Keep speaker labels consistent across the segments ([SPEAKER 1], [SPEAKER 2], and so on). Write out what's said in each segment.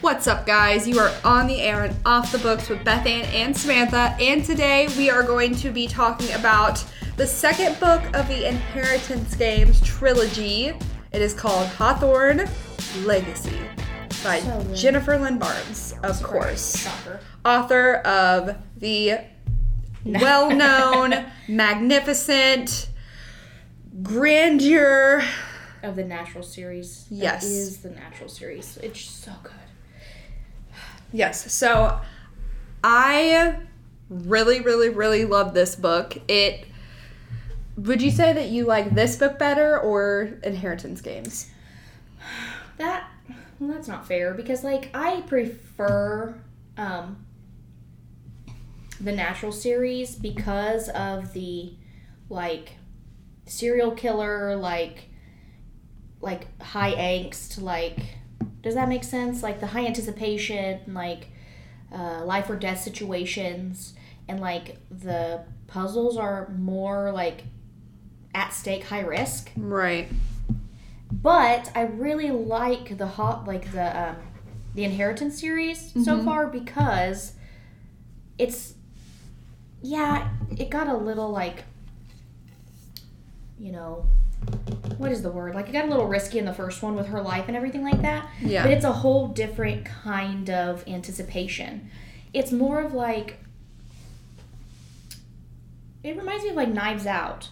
[SPEAKER 1] What's up, guys? You are on the air and off the books with Beth Ann and Samantha, and today we are going to be talking about the second book of the Inheritance Games trilogy. It is called Hawthorne Legacy by
[SPEAKER 2] So good.
[SPEAKER 1] Jennifer Lynn Barnes, of course,
[SPEAKER 2] Shocker.
[SPEAKER 1] author of the well known, magnificent, grandeur.
[SPEAKER 2] Of the natural series. That
[SPEAKER 1] Yes.
[SPEAKER 2] is the natural series. It's so good.
[SPEAKER 1] Yes. So I really, really, really love this book. It. Would you say that you like this book better or Inheritance Games?
[SPEAKER 2] That well, that's not fair because like I prefer um the natural series because of the like serial killer like like high angst like does that make sense like the high anticipation like uh, life or death situations and like the puzzles are more like at stake high risk
[SPEAKER 1] Right.
[SPEAKER 2] but I really like the hot like the um, the inheritance series
[SPEAKER 1] Mm-hmm.
[SPEAKER 2] so far because it's yeah it got a little like you know what is the word like it got a little risky in the first one with her life and everything like that
[SPEAKER 1] Yeah.
[SPEAKER 2] but it's a whole different kind of anticipation it's more of like it reminds me of like knives out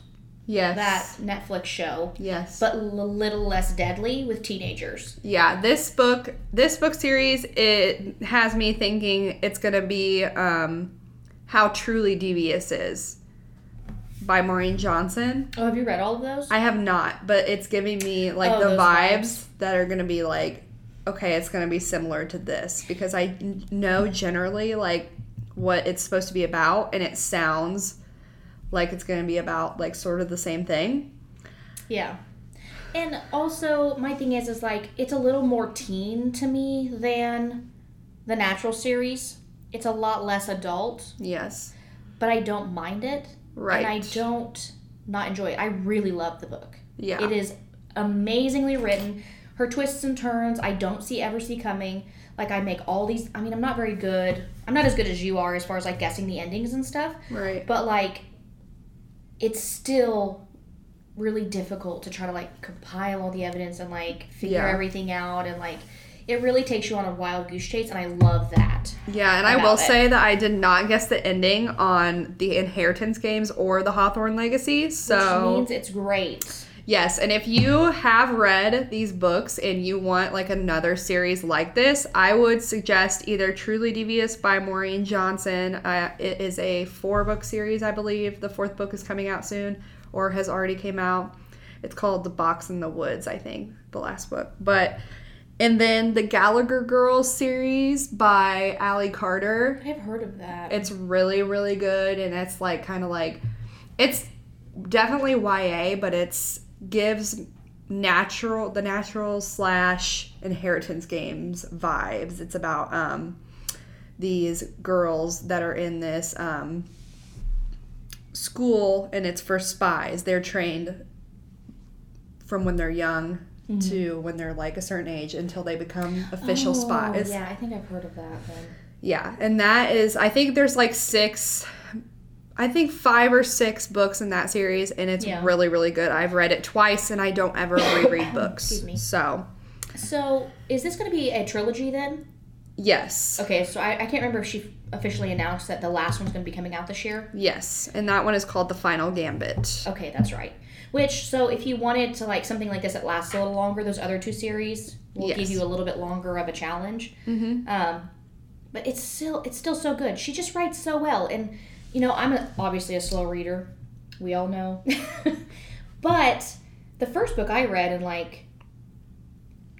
[SPEAKER 1] yes.
[SPEAKER 2] that netflix show
[SPEAKER 1] Yes.
[SPEAKER 2] but a little less deadly with teenagers.
[SPEAKER 1] yeah, this book, this book series, it has me thinking it's gonna be um, "How Truly Devious Is" by Maureen Johnson.
[SPEAKER 2] Oh, have you read all of those?
[SPEAKER 1] I have not, but it's giving me like
[SPEAKER 2] Oh,
[SPEAKER 1] the
[SPEAKER 2] those
[SPEAKER 1] vibes,
[SPEAKER 2] vibes.
[SPEAKER 1] that are gonna be like, okay, it's gonna be similar to this because I n- know generally like what it's supposed to be about, and it sounds like it's gonna be about like sort of the same thing.
[SPEAKER 2] yeah. And also, my thing is, is like it's a little more teen to me than the Natural series. It's a lot less adult,
[SPEAKER 1] Yes,
[SPEAKER 2] but I don't mind it,
[SPEAKER 1] right.
[SPEAKER 2] and I don't not enjoy it. I really love the book.
[SPEAKER 1] yeah,
[SPEAKER 2] It is amazingly written. Her twists and turns, I don't see ever see coming. Like I make all these. I mean, I'm not very good. I'm not as good as you are as far as like guessing the endings and stuff.
[SPEAKER 1] right.
[SPEAKER 2] but like it's still really difficult to try to like compile all the evidence and like figure
[SPEAKER 1] Yeah.
[SPEAKER 2] everything out and like it really takes you on a wild goose chase and i love that
[SPEAKER 1] Yeah, and I
[SPEAKER 2] about
[SPEAKER 1] will
[SPEAKER 2] it.
[SPEAKER 1] say that I did not guess the ending on the Inheritance games or the Hawthorne Legacy. So,
[SPEAKER 2] which means it's great
[SPEAKER 1] yes, and if you have read these books and you want like another series like this, I would suggest either Truly Devious by Maureen Johnson. Uh, it is a four book series, I believe. The fourth book is coming out soon or has already came out. It's called The Box in the Woods, I think, the last book. But and then the Gallagher Girls series by Allie Carter
[SPEAKER 2] i've heard of that
[SPEAKER 1] it's really really good and it's like kind of like it's definitely YA but it's gives natural the natural slash inheritance games vibes it's about um these girls that are in this um school and it's for spies they're trained from when they're young to when they're like a certain age until they become official
[SPEAKER 2] Oh,
[SPEAKER 1] spies
[SPEAKER 2] yeah i think i've heard of that then.
[SPEAKER 1] yeah, and that is I think there's like six I think five or six books in that series and it's
[SPEAKER 2] Yeah.
[SPEAKER 1] really really good. I've read it twice and I don't ever reread books.
[SPEAKER 2] Excuse me.
[SPEAKER 1] So,
[SPEAKER 2] so is this going to be a trilogy then
[SPEAKER 1] yes.
[SPEAKER 2] okay so I, I can't remember if she officially announced that the last one's going to be coming out this year
[SPEAKER 1] Yes, and that one is called The Final Gambit.
[SPEAKER 2] Okay, that's right. Which, so if you wanted to like something like this that lasts a little longer, those other two series will
[SPEAKER 1] Yes.
[SPEAKER 2] give you a little bit longer of a challenge.
[SPEAKER 1] Mhm.
[SPEAKER 2] Um, but it's still it's still so good. She just writes so well, and you know I'm a, obviously a slow reader. We all know. but the first book I read in like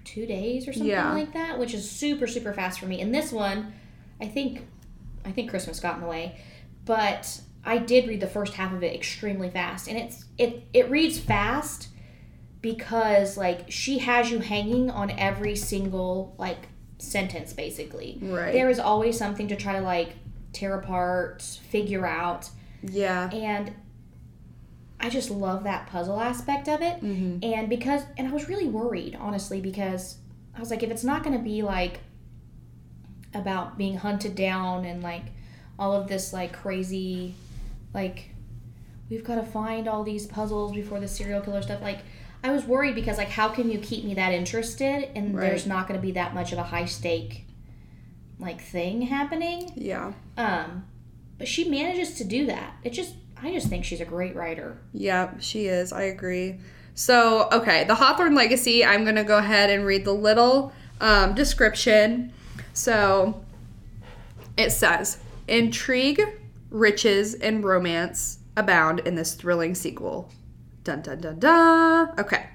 [SPEAKER 2] two days or something
[SPEAKER 1] Yeah.
[SPEAKER 2] like that, which is super super fast for me. And this one, I think, I think Christmas got in the way, but I did read the first half of it extremely fast, and it's it it reads fast because like she has you hanging on every single like sentence basically.
[SPEAKER 1] Right.
[SPEAKER 2] There is always something to try to like tear apart, figure out,
[SPEAKER 1] yeah.
[SPEAKER 2] and I just love that puzzle aspect of it.
[SPEAKER 1] Mhm.
[SPEAKER 2] And because, and I was really worried, honestly, because I was like, if it's not going to be like about being hunted down and like all of this like crazy like we've got to find all these puzzles before the serial killer stuff like I was worried because like how can you keep me that interested and
[SPEAKER 1] Right.
[SPEAKER 2] there's not going to be that much of a high stake like thing happening
[SPEAKER 1] Yeah.
[SPEAKER 2] um but she manages to do that it just I just think she's a great writer
[SPEAKER 1] Yep, she is. I agree. So, okay, the Hawthorne Legacy, I'm going to go ahead and read the little um, description. So, it says intrigue, riches, and romance abound in this thrilling sequel. Dun dun dun dun. Okay.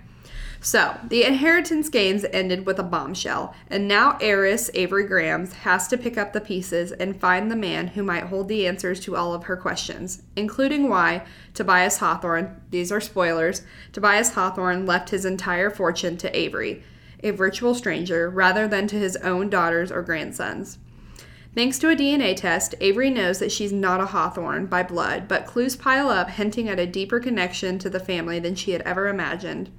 [SPEAKER 1] So, the inheritance games ended with a bombshell, and now heiress Avery Grams has to pick up the pieces and find the man who might hold the answers to all of her questions, including why Tobias Hawthorne, these are spoilers, Tobias Hawthorne left his entire fortune to Avery, a virtual stranger, rather than to his own daughters or grandsons. Thanks to a DNA test, Avery knows that she's not a Hawthorne by blood, but clues pile up hinting at a deeper connection to the family than she had ever imagined.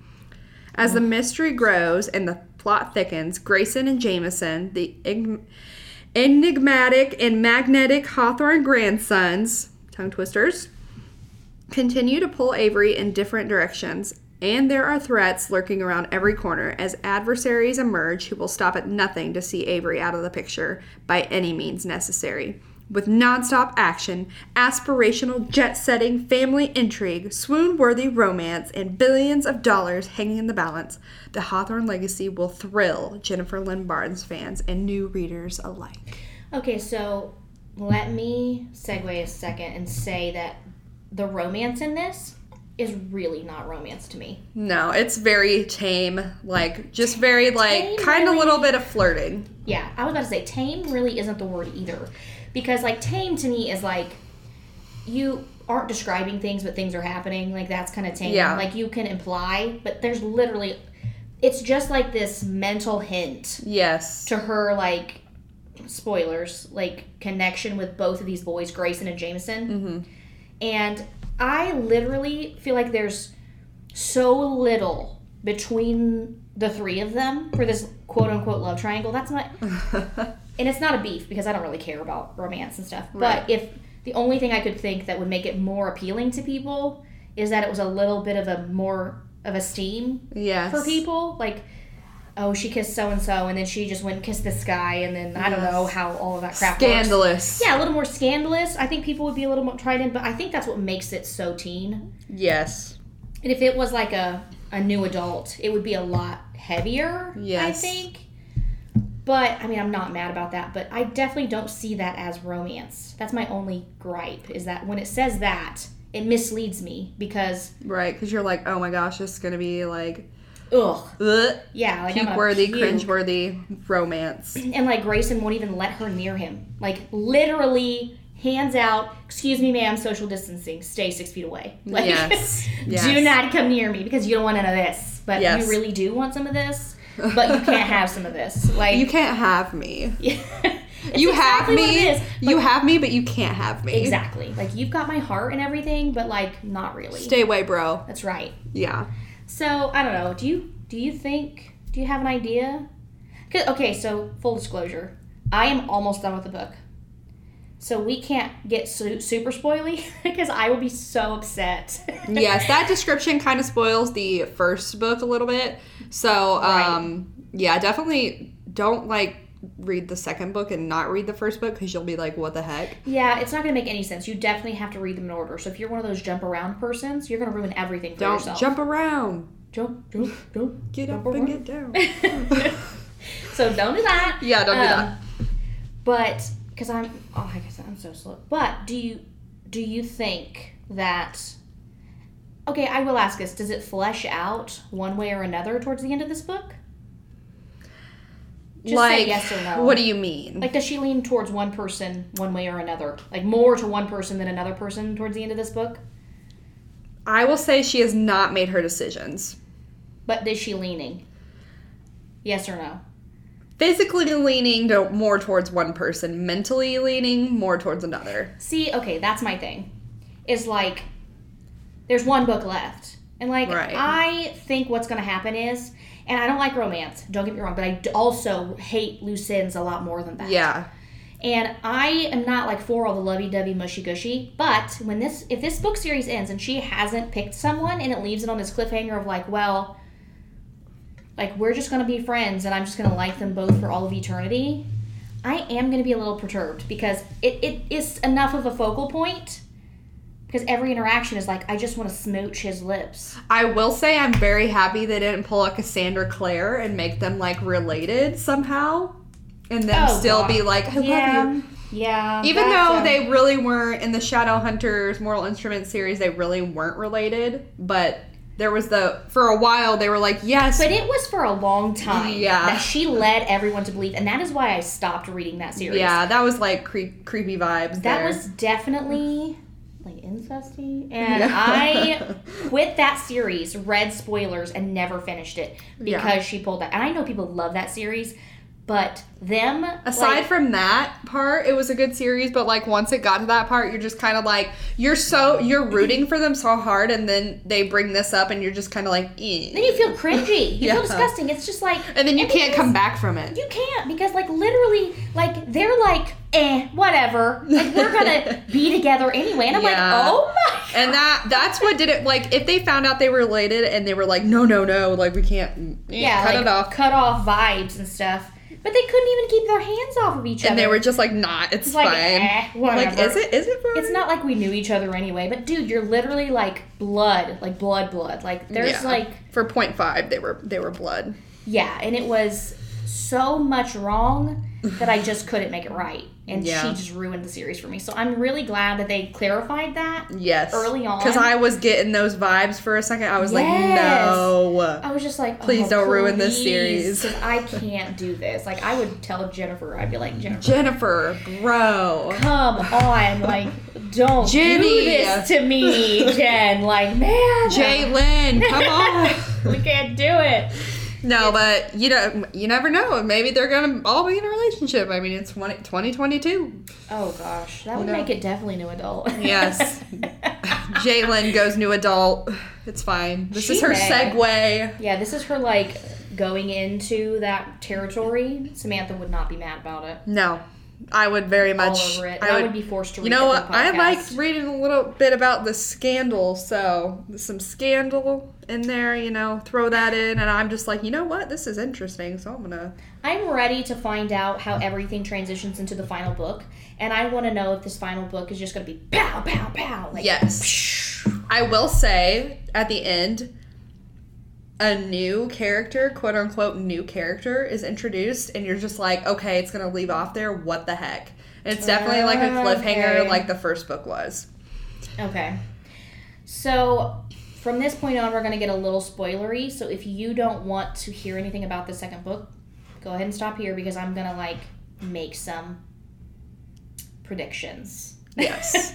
[SPEAKER 1] As the mystery grows and the plot thickens, Grayson and Jameson, the eng- enigmatic and magnetic Hawthorne grandsons, tongue twisters, continue to pull Avery in different directions, and there are threats lurking around every corner as adversaries emerge who will stop at nothing to see Avery out of the picture by any means necessary. With nonstop action, aspirational jet setting, family intrigue, swoon worthy romance, and billions of dollars hanging in the balance, the Hawthorne legacy will thrill Jennifer Lynn Barnes fans and new readers alike.
[SPEAKER 2] Okay, so let me segue a second and say that the romance in this is really not romance to me.
[SPEAKER 1] No, it's very tame, like, just very, like,
[SPEAKER 2] Tame,
[SPEAKER 1] kind of
[SPEAKER 2] really?
[SPEAKER 1] little bit of flirting.
[SPEAKER 2] Yeah, I was about to say tame really isn't the word either. Because like tame to me is like you aren't describing things but things are happening. Like that's kind of tame.
[SPEAKER 1] Yeah.
[SPEAKER 2] Like you can imply, but there's literally it's just like this mental hint
[SPEAKER 1] Yes.
[SPEAKER 2] to her like spoilers like connection with both of these boys grayson and jameson and i literally feel like there's so little between the three of them for this quote unquote love triangle that's not and it's not a beef because i don't really care about romance and stuff
[SPEAKER 1] Right.
[SPEAKER 2] but if the only thing i could think that would make it more appealing to people is that it was a little bit of a more of a steam
[SPEAKER 1] yes.
[SPEAKER 2] for people. Like, oh, she kissed so and so, and then she just went and kissed this guy, and then I don't know
[SPEAKER 1] Yes.
[SPEAKER 2] how all of that crap works.
[SPEAKER 1] Scandalous.
[SPEAKER 2] Yeah, a little more scandalous. I think people would be a little more tried in, but I think that's what makes it so teen.
[SPEAKER 1] Yes.
[SPEAKER 2] And if it was like a, a new adult, it would be a lot heavier, I
[SPEAKER 1] Yes.
[SPEAKER 2] think. But I mean, I'm not mad about that, but I definitely don't see that as romance. That's my only gripe is that when it says that, it misleads me because,
[SPEAKER 1] Right, because you're like, oh my gosh, this is gonna be like
[SPEAKER 2] ugh,
[SPEAKER 1] ugh,
[SPEAKER 2] yeah, like I'm
[SPEAKER 1] puke
[SPEAKER 2] gonna
[SPEAKER 1] worthy,
[SPEAKER 2] puke.
[SPEAKER 1] cringe worthy romance.
[SPEAKER 2] and like Grayson won't even let her near him. Like literally, hands out. Excuse me, ma'am. Social distancing. Stay six feet away. Like,
[SPEAKER 1] Yes.
[SPEAKER 2] do
[SPEAKER 1] Yes.
[SPEAKER 2] not come near me because you don't want none of this. But
[SPEAKER 1] Yes.
[SPEAKER 2] you really do want some of this. But you can't have some of this. Like
[SPEAKER 1] You can't have me.
[SPEAKER 2] It's
[SPEAKER 1] you have
[SPEAKER 2] exactly what
[SPEAKER 1] me.
[SPEAKER 2] it is.
[SPEAKER 1] you have me, but you can't have me.
[SPEAKER 2] Exactly. Like you've got my heart and everything, but like not really.
[SPEAKER 1] Stay away, bro.
[SPEAKER 2] That's right.
[SPEAKER 1] Yeah.
[SPEAKER 2] So I don't know. Do you do you think do you have an idea? 'Cause- Okay, so full disclosure, I am almost done with the book, so we can't get su- super spoily because I will be so upset.
[SPEAKER 1] Yes, that description kind of spoils the first book a little bit. So, um, yeah, definitely don't like read the second book and not read the first book because you'll be like, what the heck?
[SPEAKER 2] yeah, it's not gonna make any sense. You definitely have to read them in order. So if you're one of those jump around persons, you're gonna ruin everything for
[SPEAKER 1] Don't
[SPEAKER 2] yourself.
[SPEAKER 1] jump around.
[SPEAKER 2] jump, jump, jump.
[SPEAKER 1] Get
[SPEAKER 2] Jump
[SPEAKER 1] up and
[SPEAKER 2] around.
[SPEAKER 1] get down.
[SPEAKER 2] so don't do that.
[SPEAKER 1] Yeah, don't do
[SPEAKER 2] Um, But because I'm, oh, I guess I'm so slow. But do you do you think that? Okay, I will ask this: Does it flesh out one way or another towards the end of this book?
[SPEAKER 1] that.
[SPEAKER 2] Just say yes or no.
[SPEAKER 1] What do you mean?
[SPEAKER 2] Like, does she lean towards one person one way or another? Like more to one person than another person towards the end of this book?
[SPEAKER 1] I will say she has not made her decisions.
[SPEAKER 2] But is she leaning? Yes or no?
[SPEAKER 1] Physically leaning to, more towards one person, mentally leaning more towards another.
[SPEAKER 2] See, okay, that's my thing. Is like there's one book left. And like
[SPEAKER 1] Right.
[SPEAKER 2] I think what's gonna happen is And I don't like romance, don't get me wrong, but I d- also hate loose ends a lot more than that.
[SPEAKER 1] Yeah.
[SPEAKER 2] And I am not like for all the lovey-dovey mushy-gushy, but when this if this book series ends and she hasn't picked someone and it leaves it on this cliffhanger of like, well, like we're just going to be friends and I'm just going to like them both for all of eternity, I am going to be a little perturbed because it, it is enough of a focal point because every interaction is like I just want to smooch his lips.
[SPEAKER 1] I will say I'm very happy they didn't pull a Cassandra Clare and make them like related somehow and then
[SPEAKER 2] Oh,
[SPEAKER 1] still
[SPEAKER 2] God.
[SPEAKER 1] be like, I
[SPEAKER 2] yeah.
[SPEAKER 1] love you.
[SPEAKER 2] Yeah.
[SPEAKER 1] Even
[SPEAKER 2] that's,
[SPEAKER 1] though
[SPEAKER 2] um,
[SPEAKER 1] they really weren't in the Shadowhunters Mortal Instruments series, they really weren't related, but there was the for a while they were like, yes,
[SPEAKER 2] But it was for a long time
[SPEAKER 1] Yeah.
[SPEAKER 2] that she led everyone to believe, and that is why I stopped reading that series.
[SPEAKER 1] yeah, that was like creep, creepy vibes.
[SPEAKER 2] That
[SPEAKER 1] there.
[SPEAKER 2] was definitely like incesty, and
[SPEAKER 1] Yeah.
[SPEAKER 2] I quit that series, read spoilers, and never finished it
[SPEAKER 1] Yeah.
[SPEAKER 2] because she pulled that. And I know people love that series, but them
[SPEAKER 1] Aside
[SPEAKER 2] like,
[SPEAKER 1] from that part, it was a good series, but like once it got to that part, you're just kind of like you're so you're rooting for them so hard, and then they bring this up, and you're just kind of like, eh.
[SPEAKER 2] then you feel cringy, you
[SPEAKER 1] Yeah.
[SPEAKER 2] feel disgusting. It's just like
[SPEAKER 1] and then you can't
[SPEAKER 2] because-
[SPEAKER 1] come back from it.
[SPEAKER 2] You can't because like literally like they're like eh whatever like we're gonna be together anyway, and I'm
[SPEAKER 1] Yeah.
[SPEAKER 2] like oh my.
[SPEAKER 1] And that that's what did it. Like if they found out they were related, and they were like, no, no, no, like we can't, eh,
[SPEAKER 2] yeah,
[SPEAKER 1] cut
[SPEAKER 2] like,
[SPEAKER 1] it off.
[SPEAKER 2] cut off vibes and stuff. But they couldn't even keep their hands off of each other.
[SPEAKER 1] And they were just like, not, it's,
[SPEAKER 2] It's like,
[SPEAKER 1] fine.
[SPEAKER 2] eh,
[SPEAKER 1] like,
[SPEAKER 2] whatever.
[SPEAKER 1] is it is it fine?
[SPEAKER 2] It's not like we knew each other anyway. But dude, you're literally like blood, like blood, blood. Like there's
[SPEAKER 1] Yeah.
[SPEAKER 2] like
[SPEAKER 1] for point five. They were they were blood.
[SPEAKER 2] yeah, and it was so much wrong that I just couldn't make it right, and
[SPEAKER 1] Yeah.
[SPEAKER 2] she just ruined the series for me. So I'm really glad that they clarified that.
[SPEAKER 1] Yes,
[SPEAKER 2] Early on.
[SPEAKER 1] because I was getting those vibes for a second. I was like,
[SPEAKER 2] Yes.
[SPEAKER 1] no.
[SPEAKER 2] I was just like,
[SPEAKER 1] Please
[SPEAKER 2] oh,
[SPEAKER 1] don't ruin this
[SPEAKER 2] please,
[SPEAKER 1] series.
[SPEAKER 2] 'cause I can't do this. Like I would tell Jennifer, I'd be like, Jennifer,
[SPEAKER 1] Jennifer, bro.
[SPEAKER 2] come on, like don't do
[SPEAKER 1] Jenny.
[SPEAKER 2] this to me, Jen. Like man,
[SPEAKER 1] Jalen, come on.
[SPEAKER 2] we can't do it.
[SPEAKER 1] No, but you know, you never know. Maybe they're gonna all be in a relationship. I mean, it's 20, 2022.
[SPEAKER 2] Oh gosh, that would
[SPEAKER 1] No.
[SPEAKER 2] make it definitely new adult.
[SPEAKER 1] Yes. Jalen goes new adult. It's fine. This is
[SPEAKER 2] She
[SPEAKER 1] her
[SPEAKER 2] may.
[SPEAKER 1] segue.
[SPEAKER 2] yeah, this is her like going into that territory. Samantha would not be mad about it.
[SPEAKER 1] No, I would very
[SPEAKER 2] All
[SPEAKER 1] much.
[SPEAKER 2] over it. And
[SPEAKER 1] I
[SPEAKER 2] I
[SPEAKER 1] would,
[SPEAKER 2] would, be forced to. Read
[SPEAKER 1] you know
[SPEAKER 2] it
[SPEAKER 1] what?
[SPEAKER 2] for the
[SPEAKER 1] I liked
[SPEAKER 2] podcast.
[SPEAKER 1] reading a little bit about the scandal. So some scandal in there. You know, throw that in, and I'm just like, you know what? This is interesting. So I'm gonna.
[SPEAKER 2] I'm ready to find out how everything transitions into the final book, and I want to know if this final book is just going to be pow pow pow. Like,
[SPEAKER 1] Yes. I will say at the end, a new character, quote unquote, new character is introduced, and you're just like, okay, it's gonna leave off there. What the heck? And it's definitely like a cliffhanger,
[SPEAKER 2] Okay.
[SPEAKER 1] like the first book was.
[SPEAKER 2] Okay. So from this point on, we're going to get a little spoilery. So if you don't want to hear anything about the second book, go ahead and stop here because I'm going to like make some predictions.
[SPEAKER 1] Yes.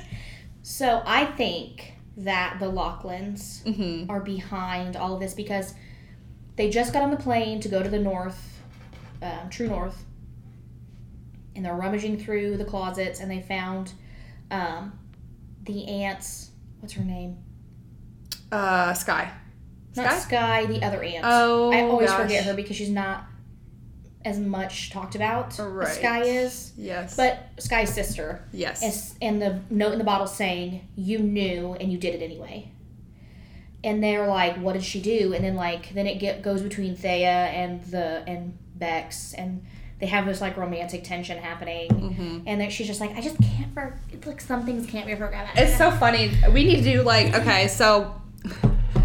[SPEAKER 2] so I think that the Lachlan's
[SPEAKER 1] hmm
[SPEAKER 2] are behind all of this because they just got on the plane to go to the north, um, true north, and they're rummaging through the closets and they found um, the aunt's what's her name?
[SPEAKER 1] Uh, Sky.
[SPEAKER 2] Not Sky, the other aunt.
[SPEAKER 1] Oh,
[SPEAKER 2] I always
[SPEAKER 1] gosh.
[SPEAKER 2] forget her because she's not as much talked about
[SPEAKER 1] Right.
[SPEAKER 2] as Sky is.
[SPEAKER 1] Yes.
[SPEAKER 2] But Sky's sister
[SPEAKER 1] yes.
[SPEAKER 2] is- and the note in the bottle saying you knew and you did it anyway and they're like what did she do and then like then it get, goes between thea and the and bex and they have this like romantic tension happening
[SPEAKER 1] Mhm.
[SPEAKER 2] and then she's just like i just can't for it's like some things can't be forgotten
[SPEAKER 1] It's so funny. We need to do like okay, so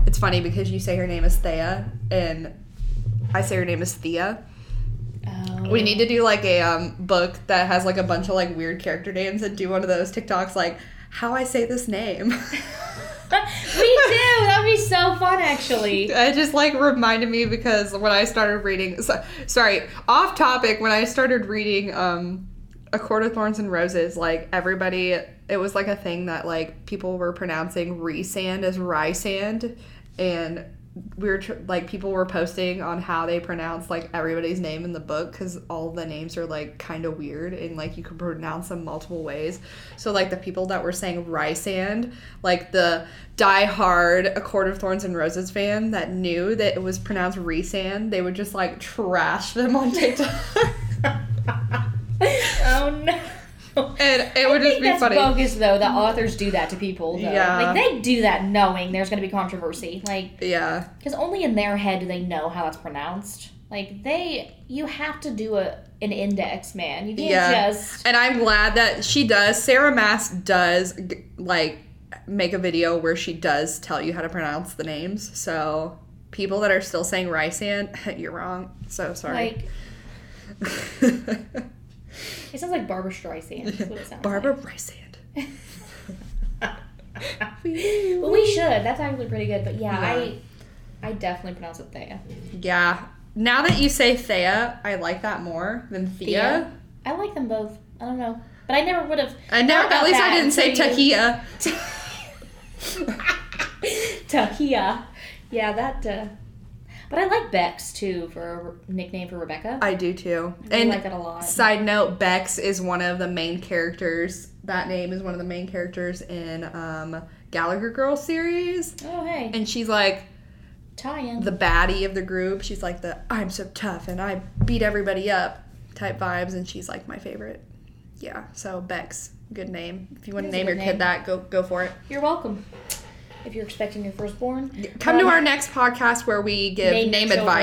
[SPEAKER 1] it's funny because you say her name is Thea and I say her name is Thea.
[SPEAKER 2] Oh.
[SPEAKER 1] We need to do like a um, book that has like a bunch of like weird character names and do one of those TikToks like how I say this name.
[SPEAKER 2] we do that would be so fun actually
[SPEAKER 1] It just like reminded me because when I started reading, so, sorry, off topic. When I started reading, um, A Court of Thorns and Roses, like everybody, it was like a thing that like people were pronouncing resand as rye sand, and we were tr- like people were posting on how they pronounce like everybody's name in the book because all the names are like kind of weird and like you can pronounce them multiple ways so like the people that were saying rysand like the die hard a court of thorns and roses fan that knew that it was pronounced resand they would just like trash them on tiktok
[SPEAKER 2] oh no.
[SPEAKER 1] and it would
[SPEAKER 2] I
[SPEAKER 1] just
[SPEAKER 2] think
[SPEAKER 1] be
[SPEAKER 2] that's
[SPEAKER 1] funny
[SPEAKER 2] bogus though. The authors do that to people. Though.
[SPEAKER 1] Yeah.
[SPEAKER 2] like they do that knowing there's going to be controversy. Like
[SPEAKER 1] yeah
[SPEAKER 2] because only in their head do they know how it's pronounced. Like they, you have to do a an index, man. You can't
[SPEAKER 1] Yeah.
[SPEAKER 2] just.
[SPEAKER 1] And I'm glad that she does. Sarah Mass does g- like make a video where she does tell you how to pronounce the names. So people that are still saying Rysand, you're wrong. So sorry.
[SPEAKER 2] Like it sounds like Barbara Streisand. That's what it sounds
[SPEAKER 1] Barbara Rysand.
[SPEAKER 2] Like. Well, we should. That's actually pretty good. But yeah, I, I definitely pronounce it Thea.
[SPEAKER 1] Yeah. Now that you say Thea, I like that more than Thea.
[SPEAKER 2] I like them both. I don't know, but I never would have.
[SPEAKER 1] I never, at
[SPEAKER 2] Thought about
[SPEAKER 1] least I
[SPEAKER 2] that
[SPEAKER 1] didn't say
[SPEAKER 2] until you-
[SPEAKER 1] Tahia.
[SPEAKER 2] Tahia. Yeah, that. Uh, but I like Bex too for a nickname for Rebecca.
[SPEAKER 1] I do too.
[SPEAKER 2] I really
[SPEAKER 1] And
[SPEAKER 2] like that a lot.
[SPEAKER 1] Side note, Bex is one of the main characters. That name is one of the main characters in um, Gallagher Girl series.
[SPEAKER 2] Oh hey,
[SPEAKER 1] And she's like
[SPEAKER 2] tie-in.
[SPEAKER 1] the baddie of the group. She's like the I'm so tough and I beat everybody up type vibes. And she's like my favorite. Yeah, so Bex, good name. If you want
[SPEAKER 2] It
[SPEAKER 1] to
[SPEAKER 2] is a
[SPEAKER 1] name
[SPEAKER 2] good
[SPEAKER 1] your
[SPEAKER 2] name.
[SPEAKER 1] kid that, go go for it.
[SPEAKER 2] You're welcome. If you're expecting your firstborn,
[SPEAKER 1] Come to
[SPEAKER 2] Um,
[SPEAKER 1] our next podcast where we give
[SPEAKER 2] name
[SPEAKER 1] name,
[SPEAKER 2] your children.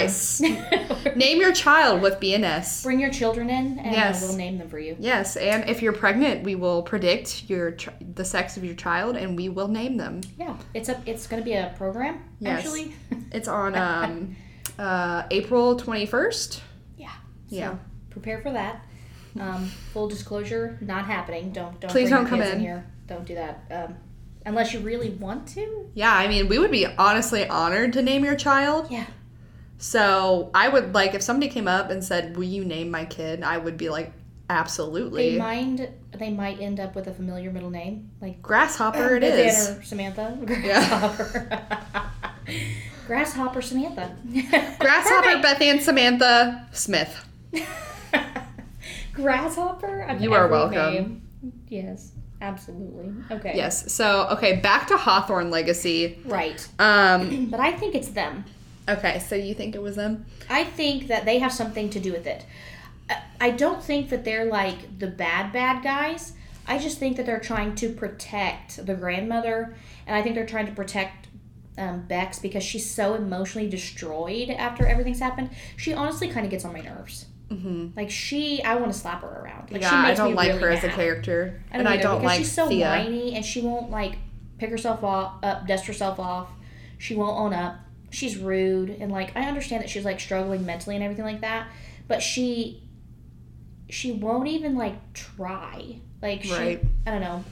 [SPEAKER 1] advice. name your child with BNS.
[SPEAKER 2] Bring your children in, and
[SPEAKER 1] Yes.
[SPEAKER 2] we'll name them for you.
[SPEAKER 1] Yes, and if you're pregnant, we will predict your ch- the sex of your child, and we will name them.
[SPEAKER 2] Yeah, it's up. It's going to be a program.
[SPEAKER 1] Yes.
[SPEAKER 2] Actually,
[SPEAKER 1] It's on um, uh, April twenty first.
[SPEAKER 2] Yeah.
[SPEAKER 1] Yeah.
[SPEAKER 2] So prepare for that. Um, full disclosure, not happening. Don't don't
[SPEAKER 1] Please
[SPEAKER 2] bring
[SPEAKER 1] don't
[SPEAKER 2] your
[SPEAKER 1] come
[SPEAKER 2] kids in.
[SPEAKER 1] in.
[SPEAKER 2] here. Don't do that. Um, unless you really want to.
[SPEAKER 1] Yeah, I mean, we would be honestly honored to name your child.
[SPEAKER 2] Yeah.
[SPEAKER 1] So I would like if somebody came up and said, "Will you name my kid?" I would be like,
[SPEAKER 2] They
[SPEAKER 1] "Absolutely."
[SPEAKER 2] mind. They might end up with a familiar middle name like
[SPEAKER 1] Grasshopper, it
[SPEAKER 2] Vivian
[SPEAKER 1] is.
[SPEAKER 2] or Samantha. Grasshopper. Grasshopper Samantha.
[SPEAKER 1] Grasshopper, Beth Ann, Samantha Smith.
[SPEAKER 2] Grasshopper. of
[SPEAKER 1] You are
[SPEAKER 2] every
[SPEAKER 1] welcome.
[SPEAKER 2] name. Yes, absolutely. Okay.
[SPEAKER 1] Yes. So okay, back to Hawthorne Legacy.
[SPEAKER 2] Right.
[SPEAKER 1] Um,
[SPEAKER 2] But I think it's them.
[SPEAKER 1] okay, so you think it was them?
[SPEAKER 2] I think that they have something to do with it. I- I don't think that they're like the bad, bad guys. I just think that they're trying to protect the grandmother, and I think they're trying to protect um, Bex because she's so emotionally destroyed after everything's happened. She honestly kind of gets on my nerves.
[SPEAKER 1] Mm-hmm.
[SPEAKER 2] Like she, I want to slap her around. Like she
[SPEAKER 1] yeah, I
[SPEAKER 2] makes
[SPEAKER 1] don't
[SPEAKER 2] me
[SPEAKER 1] like
[SPEAKER 2] really
[SPEAKER 1] her as a
[SPEAKER 2] mad.
[SPEAKER 1] character,
[SPEAKER 2] I
[SPEAKER 1] and I
[SPEAKER 2] either,
[SPEAKER 1] don't
[SPEAKER 2] because
[SPEAKER 1] like
[SPEAKER 2] she's so
[SPEAKER 1] Thea.
[SPEAKER 2] whiny and she won't like pick herself off, up, dust herself off. She won't own up. She's rude and like I understand that she's like struggling mentally and everything like that, but she she won't even like try. Like she,
[SPEAKER 1] Right.
[SPEAKER 2] I don't know.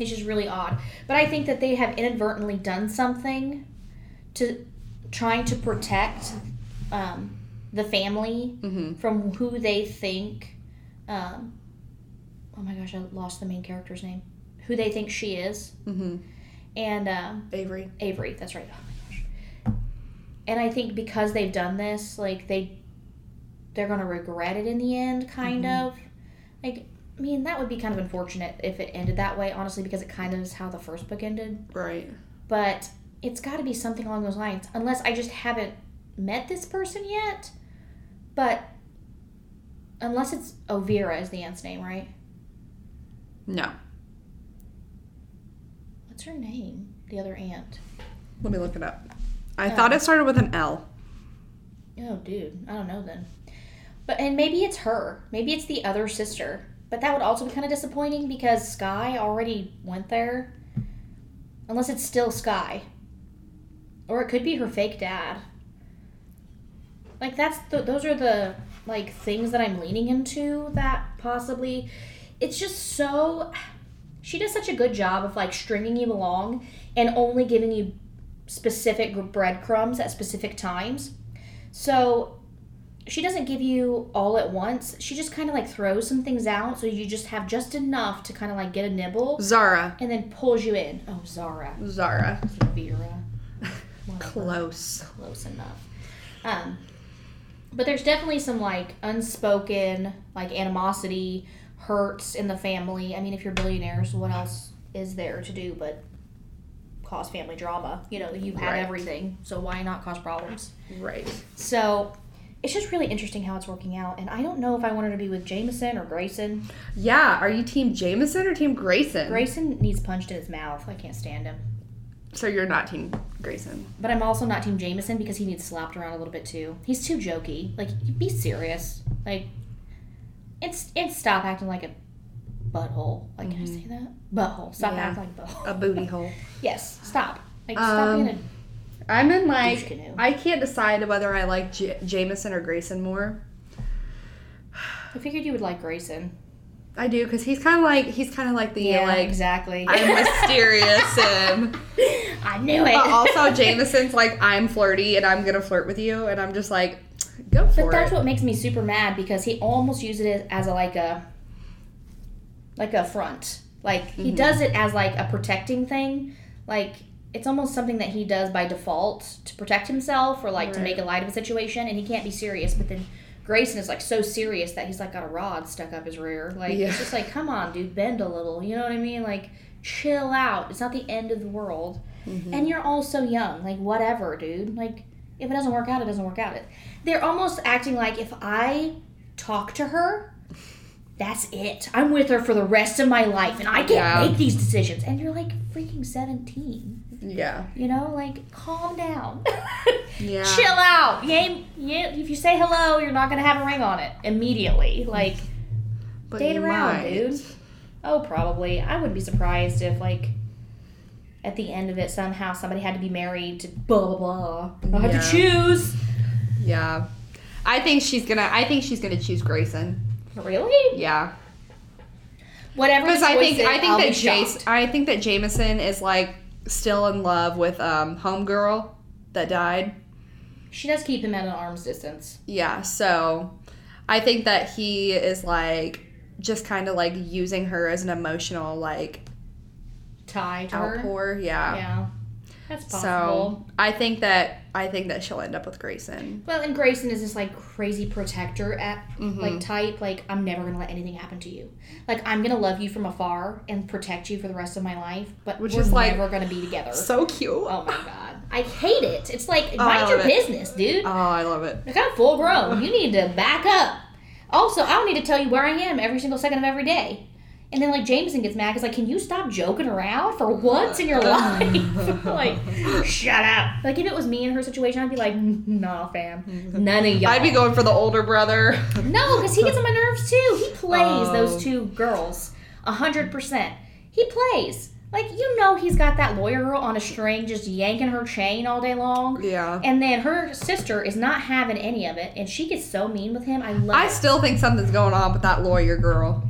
[SPEAKER 2] It's just really odd. But I think that they have inadvertently done something to trying to protect um, the family
[SPEAKER 1] Mm-hmm.
[SPEAKER 2] from who they think um oh my gosh i lost the main character's name who they think she is
[SPEAKER 1] Mm-hmm.
[SPEAKER 2] and um
[SPEAKER 1] Avery.
[SPEAKER 2] avery that's right oh my gosh and i think because they've done this like they they're gonna regret it in the end kind of like i mean that would be kind of unfortunate if it ended that way honestly because it kind of is how the first book ended
[SPEAKER 1] Right.
[SPEAKER 2] but it's got to be something along those lines unless i just haven't met this person yet but unless it's ovira is the aunt's name right
[SPEAKER 1] No.
[SPEAKER 2] what's her name the other aunt
[SPEAKER 1] Let me look it up. I
[SPEAKER 2] Oh.
[SPEAKER 1] thought it started with an L.
[SPEAKER 2] oh dude i don't know then but and maybe it's her maybe it's the other sister but that would also be kind of disappointing because sky already went there unless it's still sky or it could be her fake dad like that's the, those are the like things that i'm leaning into that possibly it's just so she does such a good job of like stringing you along and only giving you specific breadcrumbs at specific times so she doesn't give you all at once she just kind of like throws some things out so you just have just enough to kind of like get a nibble
[SPEAKER 1] Zara.
[SPEAKER 2] and then pulls you in oh zara
[SPEAKER 1] Zara.
[SPEAKER 2] vera never
[SPEAKER 1] Close.
[SPEAKER 2] close enough. Um, but there's definitely some like unspoken like animosity, hurts in the family. I mean, if you're billionaires, what else is there to do but cause family drama? You know, you have
[SPEAKER 1] Right.
[SPEAKER 2] everything, so why not cause problems?
[SPEAKER 1] Right.
[SPEAKER 2] So. It's just really interesting how it's working out, and I don't know if I want her to be with Jameson or Grayson.
[SPEAKER 1] Yeah. Are you team Jameson or team Grayson?
[SPEAKER 2] Grayson needs punched in his mouth. I can't stand him.
[SPEAKER 1] So you're not team Grayson.
[SPEAKER 2] But I'm also not Team Jameson because he needs slapped around a little bit too. He's too jokey. Like, be serious. Like, it's it's stop acting like a butthole. Like, can I say that? Butthole. Stop
[SPEAKER 1] Mm-hmm. Yeah.
[SPEAKER 2] acting like a butthole.
[SPEAKER 1] A booty hole.
[SPEAKER 2] yes. Stop. Like, stop
[SPEAKER 1] Um,
[SPEAKER 2] being
[SPEAKER 1] I'm in
[SPEAKER 2] Douche
[SPEAKER 1] like
[SPEAKER 2] canoe.
[SPEAKER 1] I can't decide whether I like J- Jameson or Grayson more.
[SPEAKER 2] a. I figured you would like Grayson.
[SPEAKER 1] I do because he's kind of like he's kind of like the like
[SPEAKER 2] exactly.
[SPEAKER 1] I'm mysterious and
[SPEAKER 2] I knew it.
[SPEAKER 1] but also Jameson's like I'm flirty and I'm gonna flirt with you and I'm just like go for
[SPEAKER 2] But that's
[SPEAKER 1] it.
[SPEAKER 2] what makes me super mad because he almost uses it as a like a like a front. Like he
[SPEAKER 1] Mm-hmm.
[SPEAKER 2] does it as like a protecting thing. Like it's almost something that he does by default to protect himself or like to
[SPEAKER 1] Right.
[SPEAKER 2] make a light of a situation and he can't be serious, but then Grayson is like so serious that he's like got a rod stuck up his rear. Like
[SPEAKER 1] Yeah.
[SPEAKER 2] it's just like, come on, dude, bend a little. You know what I mean? Like chill out. It's not the end of the world.
[SPEAKER 1] Mm-hmm.
[SPEAKER 2] And you're all so young. Like whatever, dude. Like if it doesn't work out, it doesn't work out. It they're almost acting like if I talk to her, that's it. I'm with her for the rest of my life and I can't
[SPEAKER 1] Yeah.
[SPEAKER 2] make these decisions. And you're like freaking 17.
[SPEAKER 1] yeah,
[SPEAKER 2] You know, like calm down.
[SPEAKER 1] yeah.
[SPEAKER 2] Chill out. You ain't, you, if you say hello, you're not going to have a ring on it immediately. Like,
[SPEAKER 1] But
[SPEAKER 2] date
[SPEAKER 1] you
[SPEAKER 2] around,
[SPEAKER 1] might.
[SPEAKER 2] dude. Oh, probably. I wouldn't be surprised if, like, at the end of it, somehow somebody had to be married to blah, blah, blah. I had
[SPEAKER 1] Yeah.
[SPEAKER 2] to choose.
[SPEAKER 1] Yeah, I think she's gonna. I think she's gonna choose Grayson.
[SPEAKER 2] Really?
[SPEAKER 1] Yeah,
[SPEAKER 2] Whatever. the
[SPEAKER 1] because I think
[SPEAKER 2] choice is,
[SPEAKER 1] I think
[SPEAKER 2] I'll
[SPEAKER 1] that
[SPEAKER 2] be shocked.
[SPEAKER 1] Jason. I think that Jameson is like still in love with um homegirl that died.
[SPEAKER 2] She does keep him at an arm's distance.
[SPEAKER 1] Yeah, so I think that he is like just kind of like using her as an emotional like
[SPEAKER 2] Tied to her.
[SPEAKER 1] outpour. Yeah.
[SPEAKER 2] Yeah. That's
[SPEAKER 1] So
[SPEAKER 2] possible.
[SPEAKER 1] I think that I think that she'll end up with Grayson.
[SPEAKER 2] well, and Grayson is this like crazy protector at
[SPEAKER 1] Mm-hmm.
[SPEAKER 2] like type. Like I'm never gonna let anything happen to you. Like I'm gonna love you from afar and protect you for the rest of my life. But
[SPEAKER 1] Which
[SPEAKER 2] we're
[SPEAKER 1] is, like,
[SPEAKER 2] never gonna be together.
[SPEAKER 1] So cute. Oh,
[SPEAKER 2] oh my god, I hate it. It's like
[SPEAKER 1] I
[SPEAKER 2] mind your
[SPEAKER 1] love it.
[SPEAKER 2] business, dude.
[SPEAKER 1] Oh, I love it.
[SPEAKER 2] Like I'm full grown. You need to back up. Also, I don't need to tell you where I am every single second of every day. And then like Jameson gets mad. He's like, "Can you stop joking around for once in your life?" like, shut up. Like if it was me in her situation, I'd be like, "Nah, fam, none of y'all."
[SPEAKER 1] I'd be going for the older brother.
[SPEAKER 2] no, because he gets on my nerves too. He plays
[SPEAKER 1] Oh.
[SPEAKER 2] those two girls a hundred percent. He plays. Like you know, he's got that lawyer girl on a string, just yanking her chain all day long.
[SPEAKER 1] yeah.
[SPEAKER 2] And then her sister is not having any of it, and she gets so mean with him. I love.
[SPEAKER 1] I
[SPEAKER 2] it.
[SPEAKER 1] still think something's going on with that lawyer girl.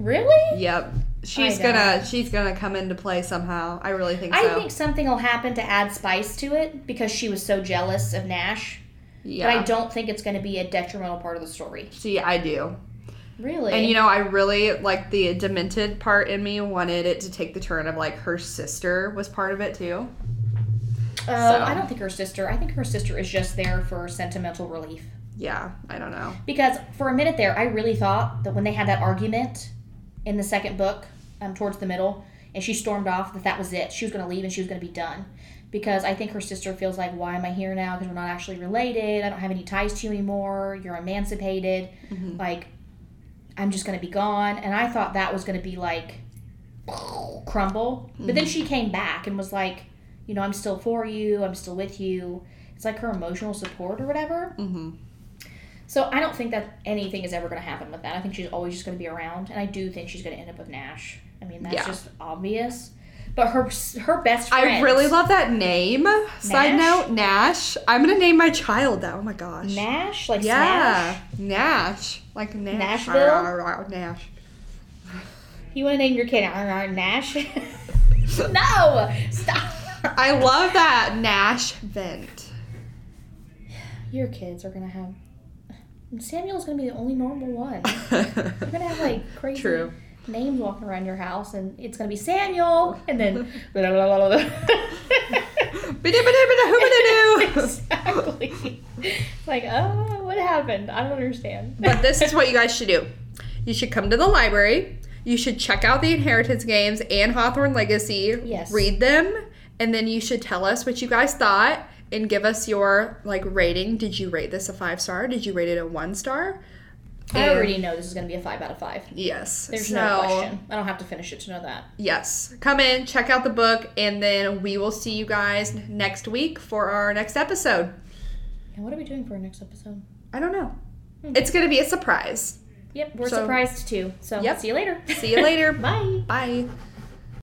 [SPEAKER 2] really.
[SPEAKER 1] Yep. She's
[SPEAKER 2] I know.
[SPEAKER 1] gonna she's gonna come into play somehow. I really think
[SPEAKER 2] I
[SPEAKER 1] so.
[SPEAKER 2] think something will happen to add spice to it because she was so jealous of Nash.
[SPEAKER 1] yeah.
[SPEAKER 2] But I don't think it's going to be a detrimental part of the story.
[SPEAKER 1] See, I do.
[SPEAKER 2] Really.
[SPEAKER 1] And you know, I really like the demented part in me wanted it to take the turn of like her sister was part of it too.
[SPEAKER 2] Uh,
[SPEAKER 1] so-
[SPEAKER 2] I don't think her sister. I think her sister is just there for sentimental relief.
[SPEAKER 1] Yeah, I don't know.
[SPEAKER 2] Because for a minute there, I really thought that when they had that argument in the second book, um, towards the middle, and she stormed off, that that was it. She was going to leave and she was going to be done. Because I think her sister feels like, why am I here now? Because we're not actually related. I don't have any ties to you anymore. You're emancipated.
[SPEAKER 1] Mm-hmm.
[SPEAKER 2] Like, I'm just going to be gone. And I thought that was going to be like crumble. But
[SPEAKER 1] Mm-hmm.
[SPEAKER 2] then she came back and was like, you know, I'm still for you. I'm still with you. It's like her emotional support or whatever.
[SPEAKER 1] Mhm.
[SPEAKER 2] So I don't think that anything is ever going to happen with that. I think she's always just going to be around, and I do think she's going to end up with Nash. I mean, that's
[SPEAKER 1] Yeah.
[SPEAKER 2] just obvious. But her her best friend.
[SPEAKER 1] I really love that name. Side
[SPEAKER 2] Nash?
[SPEAKER 1] note, Nash. I'm gonna name my child that. Oh my gosh.
[SPEAKER 2] Nash. Like
[SPEAKER 1] Yeah,
[SPEAKER 2] Smash.
[SPEAKER 1] Nash. Like Nash.
[SPEAKER 2] Nashville?
[SPEAKER 1] Rah, rah, rah, Nash.
[SPEAKER 2] You want to name your kid uh, Nash? no, stop.
[SPEAKER 1] I love that Nash vent.
[SPEAKER 2] Your kids are going to have. Samuel's going to be the only normal one. You're going to have like crazy.
[SPEAKER 1] True.
[SPEAKER 2] Names walking around your house, and it's gonna be Samuel, and then blah, blah, blah, blah, blah. exactly. It's like, oh, what happened? I don't understand.
[SPEAKER 1] But this is what you guys should do. You should come to the library. You should check out the Inheritance games and Hawthorne Legacy.
[SPEAKER 2] Yes.
[SPEAKER 1] Read them, and then you should tell us what you guys thought and give us your like rating. Did you rate this a five star? Did you rate it a one star?
[SPEAKER 2] I already know this is going to be a five out of five.
[SPEAKER 1] Yes.
[SPEAKER 2] There's
[SPEAKER 1] so,
[SPEAKER 2] no question. I don't have to finish it to know that.
[SPEAKER 1] Yes. Come in, check out the book, and then we will see you guys next week for our next episode.
[SPEAKER 2] And what are we doing for our next episode?
[SPEAKER 1] I don't know.
[SPEAKER 2] Hmm.
[SPEAKER 1] It's going to be a surprise.
[SPEAKER 2] Yep, we're
[SPEAKER 1] So-
[SPEAKER 2] surprised too. So
[SPEAKER 1] Yep.
[SPEAKER 2] see you later.
[SPEAKER 1] See you later.
[SPEAKER 2] Bye.
[SPEAKER 1] Bye.